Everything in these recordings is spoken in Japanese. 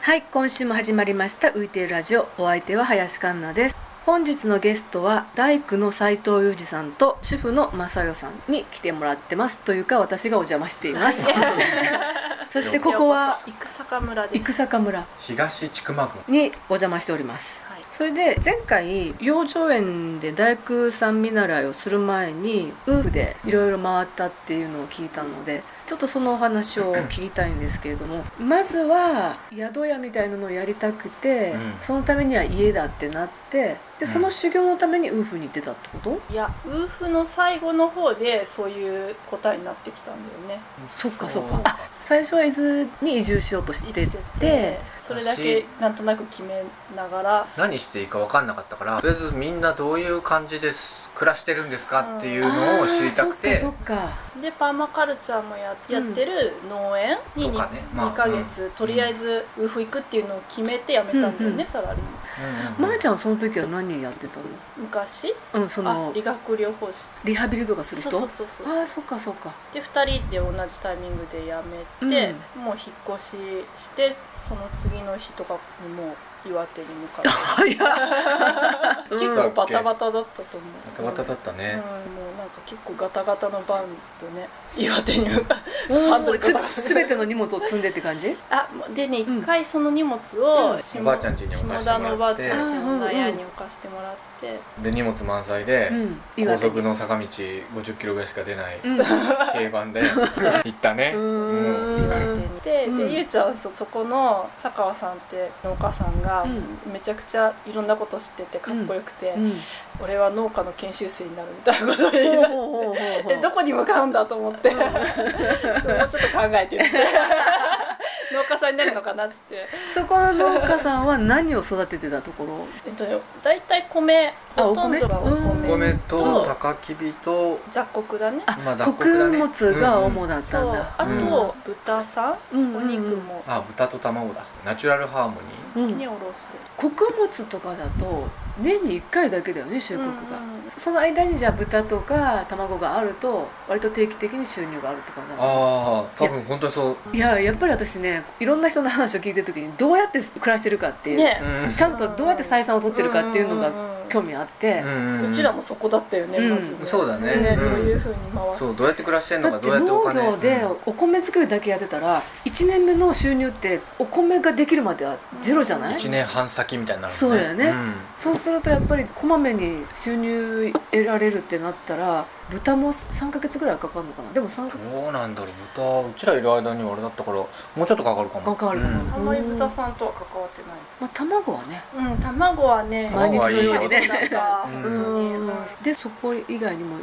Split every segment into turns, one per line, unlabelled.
はい今週も始まりました浮いているラジオお相手は林環奈です本日のゲストは大工の斉藤裕二さんと主婦の正代さんに来てもらってますというか私がお邪魔していますそしてここは
生坂村です
生坂村
東千曲郡
にお邪魔しております
はい
それで前回養生園で大工さん見習いをする前に夫婦でいろいろ回ったっていうのを聞いたのでちょっとそのお話を聞きたいんですけれどもまずは宿屋みたいなのをやりたくて、
うん
そのためには家だってなってでその修行のために夫婦に行ってたってこと、
いや夫婦の最後の方でそういう答えになってきたんだよね
そっかそっかあ最初は伊豆に移住しようとしてて
一致しててそれだけなんとなく決めながら
何していいか分かんなかったからとりあえずみんなどういう感じです暮らしてるんですかっていうのを知りたく
あー
て
そっかそっか
でパーマカルチャーもややってる農園に 2,
とかねまあ
ヶ月、とりあえず夫婦行くっていうのを決めて辞めたんだよね、
うんうん
サラリー
うん
まやちゃんはその時は何やってた
マン昔
のうんそ
あ
の
理学療法士
リハビリとかする
そ
人
うそうそうそう
ああそっかそっか
で2人で同じタイミングで辞めて、もう引っ越ししてその次の日とかにもう岩手に向かって
早 いうん
結構バタバタだったと思う
バタバタだった
うん
ね、
もうなんか結構ガタガタのバンでね岩手に向かって
も
ハンド
う
ルガタガタ
すすべての荷物を積んでって感じ
あもうでね
うん
一回その荷物
う
を
ん
下
おばあちゃん家に置か
下
せてもらって
田のおばあちゃん家の納屋に置かせてもらって
で荷物満載で、
ん
高速の坂道50キロぐらいしか出ない
うん
軽バン で行ったね
う
うん
ーん
岩手に行って
うん
でゆうちゃんそそこの佐川さんって農家さんが
うん
めちゃくちゃいろんなこと知っててかっこよくて
うん
俺は農家の研修生になるみたいなことを言い
ほう
出して
ほうほうほうほう
えどこに向かうんだと思って、そうもうちょっと考え てって農家さんになるのかなっつって
そこの農家さんは何を育ててたところ
えっとね大体米
あ
ほとんどがお
お
お
米
米と
うん
高きびと
雑穀だね
あ
まあ脱穀
穀
だね
物が主だっ
そ
たん
う
だ
あ
うん
と豚さ
うんう
ん
ん
お
うん
肉も
あ豚と卵だナチュラルハーモニ
う
ー
ん
におろして
穀物とかだと年に1回だけだよね収
る
穫
う
が
んうん
その間にじゃあ豚とか卵があると割と定期的に収入があるって感じなの
ああ多分本当にそう
いややっぱり私ねいろんな人の話を聞いてる時にどうやって暮らしてるかっていう、
ね
うん
ちゃんとどうやって採算を取ってるかっていうの
ん
が
んうん
興味あって、
うん
うちらもそこだったよね、
うん
まずね
そうだね
ね
う
ど
ん
ういうふうに回す
そうどうやって暮らしてんの
だ
か
って
どうやってお
農
金
業で
うん
お米作りだけやってたら1年目の収入ってお米ができるまではゼロじゃない、
うん
1年半先みたいになる
そうだよね
ん
そうするとやっぱりこまめに収入得られるってなったら豚も3ヶ月ぐらいかかるのかなでも3ヶ月
どうなんだろう豚うちらいる間にあれだったからもうちょっとかかるかも
かかるかも
あんまり豚さんとは関わってない
まあ、卵はね
うん卵はね
毎
日のようにね
そうだった
う
本
ん
当
う
にうん
んでそこ以外にも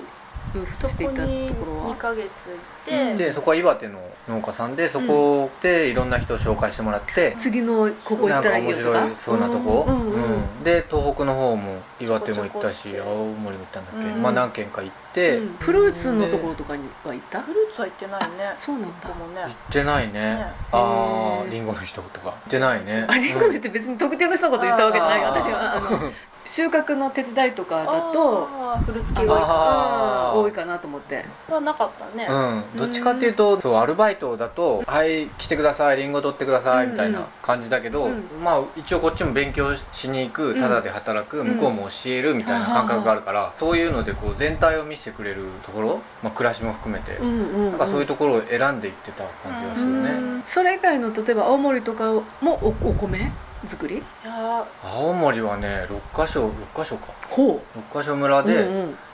夫婦
そ
としてい
こ
たと
に
ころ
2
は
ヶ月行って、
うん
でそこは岩手の農家さんでそこでいろんな人を紹介してもらって、
次のここ行
な
っ
ん
た
から
いい
面
よとか
白いそうなとこ、
うんうんうん
うんで東北の方も岩手も行った
ち
し
ょこちょこ
青森も行ったんだっけ、
うん
まあ何軒か行って、
うんフルーツのところとかには行った
フルーツは行ってないね
そうなん
で
だ
も
行
ね
ってないね
ね
あ
へ
あ
ー
リンゴの人とか行ってないね
あリンゴって別に特定の人のこと言ったわけじゃないから
あー
私はあの収穫の手伝いとかだと
あーフルーツ系
多い
多い
あ
か
か
ー
多いかなと思って
らはなかったね、
うん、どっちかっていうとそうアルバイトだと「はい来てくださいリンゴ取ってください」みたいな感じだけど、
うん
まあ一応こっちも勉強しに行く
うん
ただで働く、
うん
向こうも教えるみたいな感覚があるから、そういうのでこう全体を見せてくれるところ、まあ、暮らしも含めて、
うんうん
なんかそういうところを選んでいってた感じがす
う
るね、
んそれ以外の例えば青森とかもおお米作り
いや
青森はね6か所6か所か
ほ
6か所村
う
で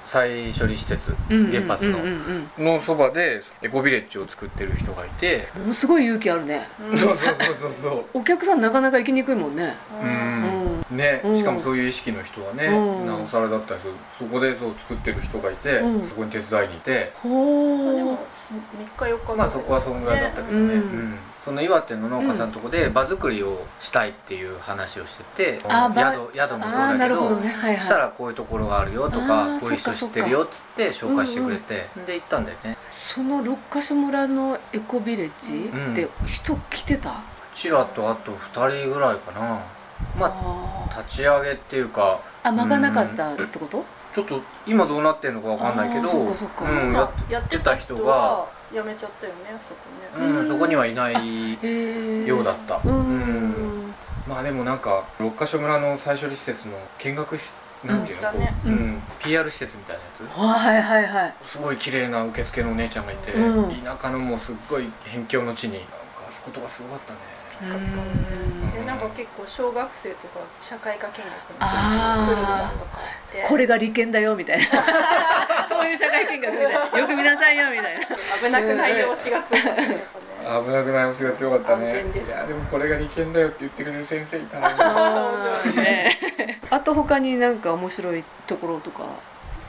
再処理施設、原発の
の
のそばでエコビレッジを作ってる人がいて、
ものすごい勇気あるね
ーうん
そうそうそうそう
お客さんなかなか行きにくいもんね
う
うんん
ね、
うん
しかもそういう意識の人はね、
うん
なおさらだったりするそこでそう作ってる人がいて、
うん
そこに手伝いにいて、
まあで
ほ
も
う
3日4日ぐらい
まあそこはそんぐらいだったけどね、
うん
うんその岩手の農家さんのとこで場作りをしたいっていう話をしてて、
あ場
宿宿もそう
ああ
だ
な
け
る
ど
ほどねはい
そした
はい
らこういうところがあるよと
あ
か
ー
こういう人知
そっ
っ
か
てるよっつって紹介してくれて、
うんうん
で行ったんだよね
その六ヶ所村のエコビレッジって人来てた
ちらとあと2人ぐらいかなま
あ
あ立ち上げっていうか
ーあ間がなかったってこと
ちょっと今どうなってるのかわかんないけど
あーそっかそっか
うんや
ま
っ
あやってた人は辞めちゃったよねそこね
うん、そこにはいない
へえ
ようだった、
う
うんんまあでもなんか六ヶ所村の最処理施設の見学しなんていうの、
うんだね
こう、う
うん
ん、PR 施設みたいなやつ
はいはいはい
すごい綺麗な受付のお姉ちゃんがいて、
うん
田舎のもうすっごい辺境の地になんかあそことがすごかったね
うん
でなんか結構小学生とか社会科見学の
あー
とかあって
これが利権だよみたいな そういう社会見学みたいなよく見なさいよみたいな
危なくないよしがすごかったね
危なくないおしが強かった
安
ね
全です
いやでもこれが利権だよって言ってくれる先生いた
あ
な
ー面白い
ね あと他になんか面白いところとか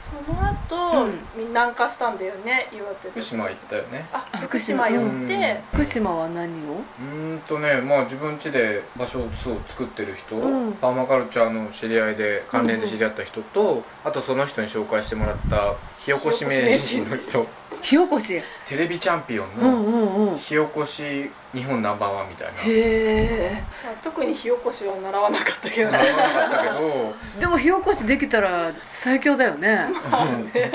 その後、
うん
南下したんだよね岩手
福
で
島行ったよね
あ
あ
福島寄って、
うん
福島は何を
うーんとねまあ自分家で場所を作ってる人、
うん
パーマカルチャーの知り合いで関連で知り合った人と、あとその人に紹介してもらった火起こし名人の人
火起こし
テレビチャンピオン
う
の
んうんうんへ
火起こし日本ナンバーワンみたいな
え
まあ特に火起こしは習わなかったけど
習わなかった けど
でも火起こしできたら最強だよね
うんで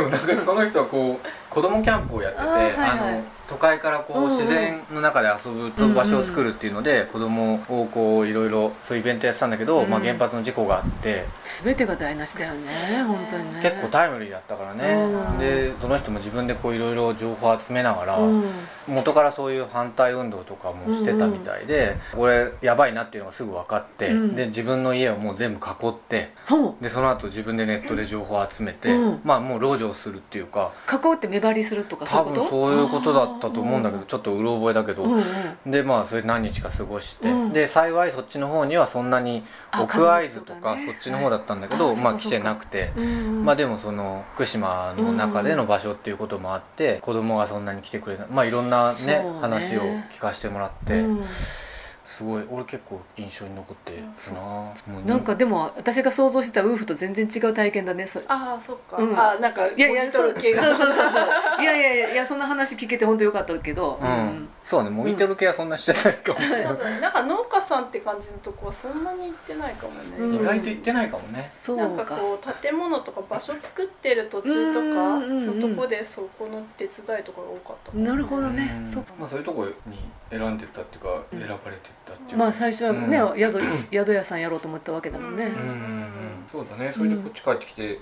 もなんかその人はこう子供キャンプをやって
あ
て
ーはいはい
あの都会からこ
うん
う
うん
自然の中で遊ぶそう場所を作るっていうので子供をこういろいろそういうイベントやってたんだけど、
うん
まあ、原発の事故があって
全てが台無しだよね本当にね
結構タイムリーだったからね、
うん
でその人も自分でこういろいろ情報を集めながら、
うん
元からそういう反対運動とかもしてたみたいで、これやばいなっていうのがすぐ分かって、
うん
で自分の家をもう全部囲って
ほう
でその後自分でネットで情報を集めて、
うん
まあもう籠城するっていうか
囲うって目張りするとかそういうこ
多
と
分そういうことだったと思うんだけど
あ
ちょっとうろ覚えだけど、
ーうんうん
でまあそれ何日か過ごして、
うん
で幸いそっちの方にはそんなに
あ
奥会津と
家族
か
とかね
そっちの方だったんだけど、
はいあ
まあ
そうか
来
そうか
てなくて。
うんうん
まあでもその福島の中での場所っていうこともあって、子供がそんなに来てくれないまあいろんなね
そうね
話を聞かせてもらって、
うん
すごい俺結構印象に残ってるな、もう
なんかでも私が想像してたウーフと全然違う体験だねそ
ああそっか、
うん
あなんか
いやいや
ボ
そう
ニ
そ
ト
う
ル
そう
系
そう
が
そういやいやいやいやそんな話聞けて本当よかったけど
うん、そうねもぎてる系はそんなしてないかもしれない、
なんか農家さんって感じのとこはそんなに行ってないかもね、
うん
意外と行ってないかもね
そう
なんか
か
こう建物とか場所作ってる途中と
うんうんう
か
ん
のとこでそこの手伝いとかが多かったか
なるほど
う
ね
ん
そう
まあ、そういうとこに選んでったっていうか、
うん
選ばれてったっていうか
まあ最初はね、
うん
宿宿屋さんやろうと思ったわけだもんね、
うん
う
うん
ん
うんそうだねそれでこっち帰ってきて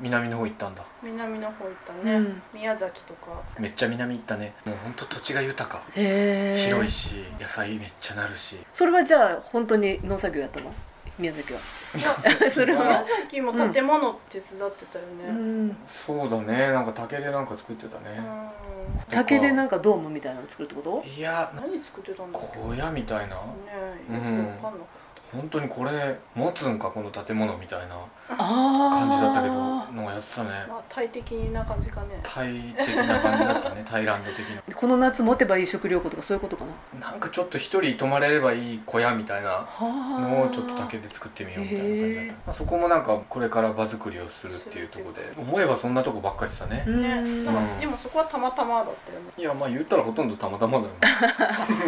南の方行ったんだ
南の方行ったね、
うん
宮崎とか
めっちゃ南行ったねもうほんと土地が豊か
へえ
広いし野菜めっちゃなるし
それはじゃあ本当に農作業やったの宮崎は それ
あ
は
宮崎も建物手伝ってたよね、
う
うん
ん
そうだねなんか竹でなんか作ってたね
竹でなんんかドームみたいなの作るってこと
いや
何作ってたんだっけ
小屋みたいな
ねえよくわかんなかっ
本当にこれ持つんかこの建物みたいな
感
感じだったけどのをやってたね
た、まあ大的な感じかね
タイ的な感じだったねタイランド的
この夏持てばいい食料庫とかそういうことかな
ななんかちょっと一人泊まれればいい小屋みたいなの
は
をちょっと竹で作ってみようみたいな感じだった
へ、
まあ、そこもなんかこれから場作りをするっていうところで思えばそんなとこばっかりでしたね、
う
ね
ん
なんかでもそこはたまたまだったよね
いやまあ言ったらほとんどたまたまだよね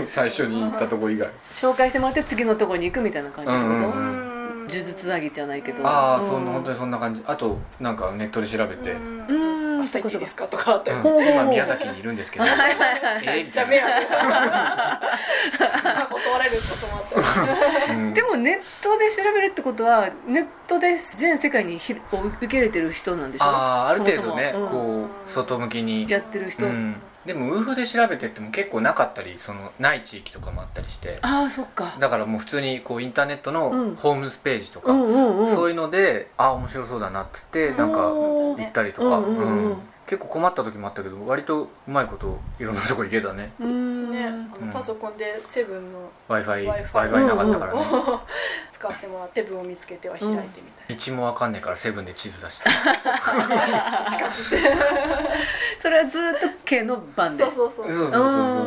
最初に行ったとこ以外
紹介してもらって次のとこに行くみたいな感じってこと、
うんうんうん
うん
呪術なぎじゃないけど
ああ、
うん
そんな本当にそんな感じあとなんかネットで調べて、うん
うん
うん
明日行っていいですかとかあったよ
ほうほうほう
今宮崎にいるんです けどえーみ
じ
た
ゃ迷
い
惑断られることもあったよ
な、うん
でもネットで調べるってことはネットで全世界にひを受け入れてる人なんでしょ
ああある程度ね
そもそも
こう外向きに
やってる人、
うん、でもウーフで調べてっても結構なかったりそのない地域とかもあったりして
ああそっか
だからもう普通にこうインターネット
うん
のホームページとか、
うんうんうん
そういうのでああ面白そうだなっつってなんか
お
行
ー
ったりとか、
うんうんうん
うん結構困った時もあったけど割とうまいこといろんなとこ行けたね
うーん
ね、あのパソコンでセブンの
w i f i w
Wi-Fi
i f i なかったからね、
使わせてもらってセブンを見つけては開いてみたい
道もわかんねえからセブンで地図 出して
な近くて
それはずーっと K の番で
そうそうそう
そう
う
そうそう
ん
そう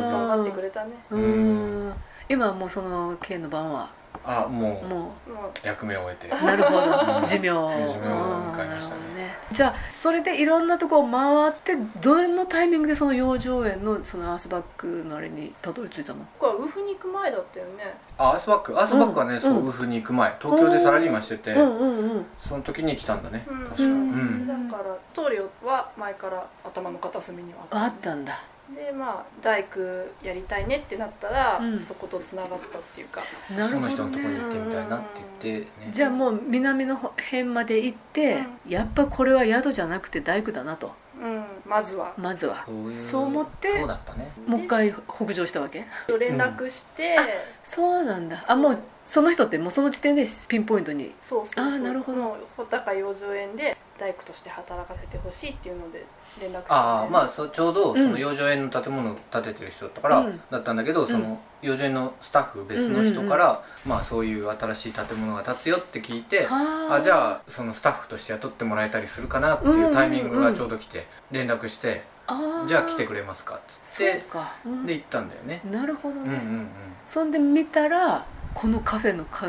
頑張ってくれたね
うーん今はもうその K の番は
あもう
も
もう
役目を終えて
うなるほ
うん
ど寿命を
寿命を迎えましたね
うんなるほどじゃあそれでいろんなとこを回ってどのタイミングでその養生園のそのアースバックのあれにたどり着いたの
僕はウフに行く前だったよね
あアースバックアースバックはね、
うん
そうウーフに行く前東京でサラリーマンしてて、
うんうんうん
その時に来たんだね、
うん
確か、うん
うん
だから棟梁は前から頭の片隅には
あったんだ
でまあ大工やりたいねってなったら、
うん
そことつながったっていうか
な
そ
る
の
ほ
人
ど
のとこに
ね
行ってみたいなって言って、ね、
じゃあもう南の辺まで行って、やっぱこれは宿じゃなくて大工だなと
うんまずは
まずは
そういう
そう思って
そうだったね
もう一回北上したわけ
で連絡して、
あそうなんだあもうその人ってもうその時点でピンポイントに
そうそうそう
あーなるほど
もう穂高養生園で大工として働かせてほしいっていうので連絡して
ああまあ
あ
そうちょうど
ん
その養生園の建物を建ててる人だったから、
うん
だったんだけどその養生園のスタッフ別の人から、まあそういう新しい建物が建つよって聞いて、
あ
あじゃあそのスタッフとして雇ってもらえたりするかなっていうタイミングがちょうど来て連絡して、
あ
じゃあ来てく
れ
れますかっつっ
そう
て
か、うん
で行ったんだよね、
なるほど
うんうんう
ね、
ん
そんで見たらこのカフェのか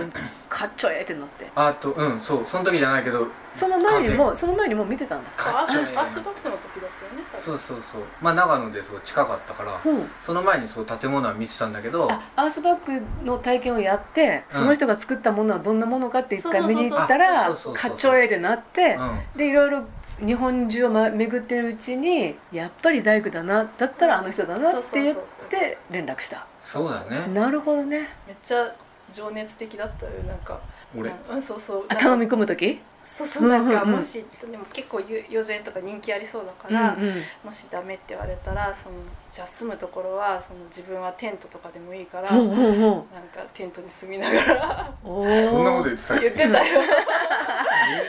かっちょええってなって
あとうんそうその時じゃないけど
その前にもその前にもう見てたんだ
ア
かっちょええ
ースバックの時だったよね多分
そうそうそうまあ長野でそう近かったから
うん
その前にそう建物は見てたんだけど
あアースバックの体験をやってその人が作ったものはどんなものかって一回見に行ったら
そうそうそうそう
かっちょええってなって
うん
でいろいろ日本中をま巡ってるうちにやっぱり大工だなだったらあの人だなって言っ
そうそうそう
て連絡した
そうだよね
なるほどね
めっちゃ情熱的だったよなんか
俺
うんそうそう
あ頼み
なんか
込む時
そうそうなんか
うんうんうん
もし、でも結構ゆ幼女園とか人気ありそうだか
うんう
ら、
ん
もしダメって言われたらそのじゃあ住むところはその自分はテントとかでもいいから、
ほうほうほ
なんかテントに住みなが ら
うおー
そんなこと言ってたっ
言っ
け全
てたよ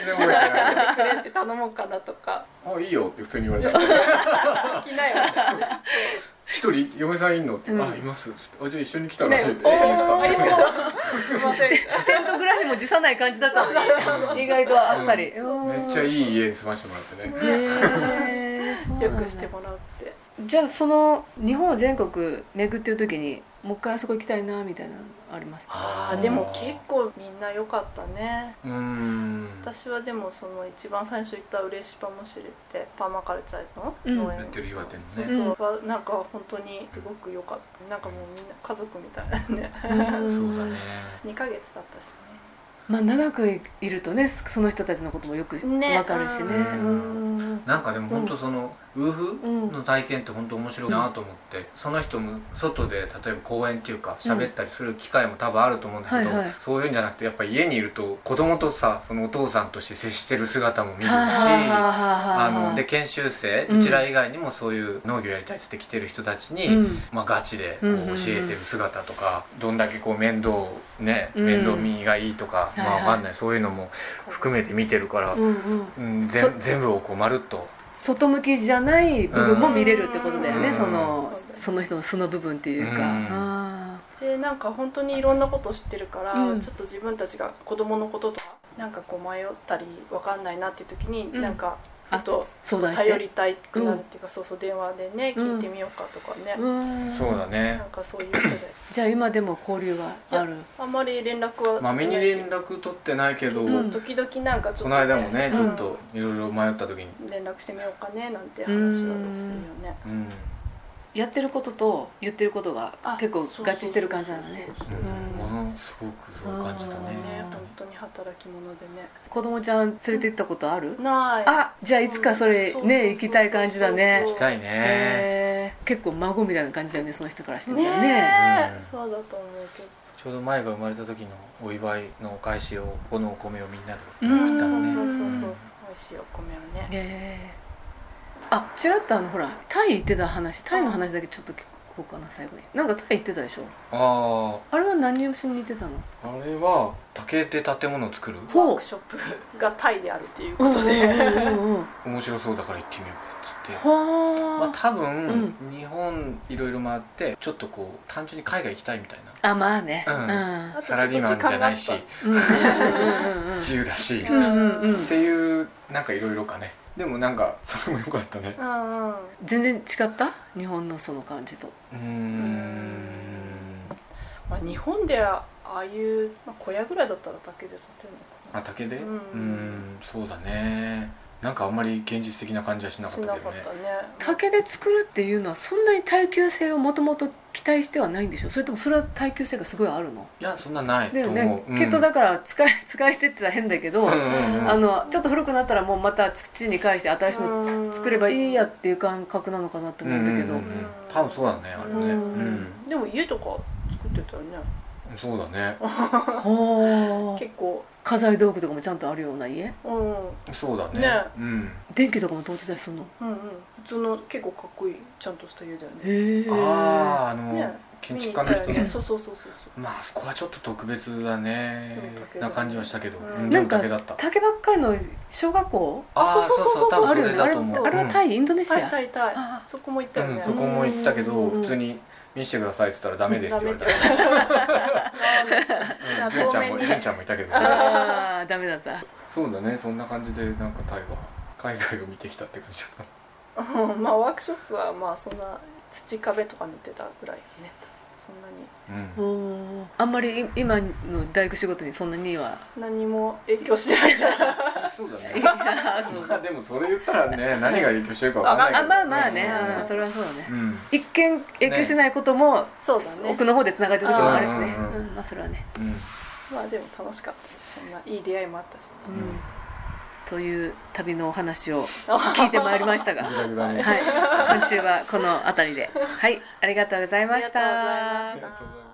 然覚えてない
くれって頼もうかなとか
あいいよって普通に言われた
着ないよ
一人嫁さんいんのって、
うん
あいますあじゃあ一緒に来た
着
ら
な
っ
い
て
よ
えいいです
おーいいです
か
かすいま せん
テント暮らしも辞さない感じだったのに意外とあっさり、
めっちゃいい家に住ましてもらってね
へーそうなんだ
よくしてもらって
じゃあその日本を全国巡ってる時にもう一回あそこ行きたいなみたいなのありますか
あーでも結構みんな良かったね
うーん
私はでもその一番最初行った嬉しパも知れてパーマカルチャーの農園
やってる日はて
そう
るね
そう、なんか本当にすごく良かったなんかもうみんな家族みたいなね
そうだね
2ヶ月だったし
まあ長くいるとねその人たちのこともよく
ね
わかるしね
う
うん
なんかでも本当その、夫婦
うん
の体験って本当面白いなと思って、その人も外で例えば公園っていうか喋ったりする機会も多分あると思うんだけど、
はいはい
そういうんじゃなくてやっぱり家にいると子供とさそのお父さんとして接してる姿も見るし、
はあはあはは
あので研修生
うん
うちら以外にもそういう農業やりたいって来てる人たちに、
うん
まあ、ガチでこ
うんうんう
うん教えてる姿とか、どんだけこう面倒をね、
うん
面倒見がいいとか、
はいはい
まあわかんないそういうのも含めて見てるから、う
うんんうん
ぜ
そ
ん全部をこうまるっと
外向きじゃない部分も見れるってことだよね、
うん
その
うん
その人の素の部分っていうか、
うん
あ
でなんか本当にいろんなこと知ってるから、
うん
ちょっと自分たちが子供のこととかなんかこう迷ったりわかんないなっていう時に、
うん
なんか
ー
あと
相談して
頼りたいくなるっていうか、そうそう電話でね
うん
聞いてみようかとかね、
うん
そうだね
なんかそういう人で
じゃあ今でも交流はある
あんまり連絡は
まめに連絡取ってないけど、
う
うんん時々なんかちょっと、
この間もね、
うん
ちょっといろいろ迷った時に、
連絡してみようかねなんて話はするよね
うん
やってることと言ってることが
あ
結構合
そうそう
致してる感じなのね
うん
うん
ものすごくそう感じた
そう
ね
ね
うん
本当に働き者でね
子供ちゃん連れて行ったことある、
ない
あじゃあいつかそれ
うん
ね行きたい感じだね
そうそうそう
行きたいね、
へー結構孫みたいな感じだよねその人からしてみ
ね
たらね
え、
うん
そうだと思うけど
ちょうど前が生まれた時のお祝いのお返しをこのお米をみんなで
うん
送ったのね
そうそうそうそううん美味しいお米をね
へーあちらっとあのほらタイ行ってた話タイの話だけちょっと聞こうかな最後になんかタイ行ってたでしょ
あ
あれは何をしに行ってたの
ああれは竹で建物を作る
ほう
ワークショップがタイであるっていうこと で
うんうんうんうん
面白そうだから行ってみようかっつってまあ
は
多分、日本いろいろ回ってちょっとこう単純に海外行きたいみたい
ああまあね
う
うん
ん
うん
あとち
な
ょ
サ
っと
ラリーマンじゃないし
時間があっ
うんうん
自由だし、
うん
うんうん
っていうなんかいろいろかねでもなんかそれも良かったね
うんうん
全然違った日本のその感じと
うーん
まあ日本でああいう、まあ、小屋ぐらいだったら竹で建てるのかな
あ竹で
う
うんんんそうだねなんかあんまり現実的な感じはしなか
し
った
な
け
か
ど
っ
ね
たね
竹で作るっていうのはそんなに耐久性をもともと期待してはないんでしょそれともそれは耐久性がすごいあるの
いやそんなないと
だよ
思う、
ね、
うん
きっとだから使い使い捨てって言ったら変だけど、
うんうんうん
あのちょっと古くなったらもうまた土に返して新しいの
の
作ればいいやっていう感覚なのかなと思うんだけど、
うんうんうん多分そうだねあれねう
うんん、
でも家とか作ってたよね
そうだね
ほー
結構
家財道具とかもちゃんとあるような家
うんうん
そうだね
ね
うん
電気とかも通ってたりするの
うん普通の結構かっこいいちゃんとした家だよね
へえ
あああの、
ね
建築家の人
見に行ったよ
の
ねそうそうそうそうそう
まあそこはちょっと特別だね
でも竹だ
な感じはしたけど、
うん
うん、で
な
も
んか
竹だった
竹ばっかりの小学校
あー
そうそうそうそう
多分
ある
そ
よ
れ
ね
だ
あれ
と思う
あれはタイインドネシ
痛い
ア
痛い痛い
あ
そこも行ったよ
うん、
ね
そこも行ったけど
うん
普通に見せてくださいって言ったらダメですって言われた
ダメって言われ
うん純ちゃんも
ごめんね
純ちゃんもいたけど
あ
ね
ああダメだった
そうだねそんな感じでなんかタイは海外を見てきたって感じだった
たうん まあワークショップはまあそんな土壁とか塗ってたぐらいよねそんなに
うん
うんあんまりい今の大工仕事にそんなには
何も影響してないじゃん
そうだ
い
ね
やそう
まあでもそれ言ったらね何が影響してるかわかんない
あ
けど
まあまあね、
うん
うんそれはそうだね
うん、うん
一見影響しないことも、
そうだね
奥の方でつながってるところもあるしね、
う
うん
うんうん
まあそれはね、
うん
まあでも楽しかったですそんないい出会いもあったし
う
ね
ん
うん
という旅のお話を
あ
聞いてまいりました が
ぐだ
は
ぐだ
い
に
今週はこの辺りではいありがとうござい
あ
ま
りがとうございました
ありがとうございます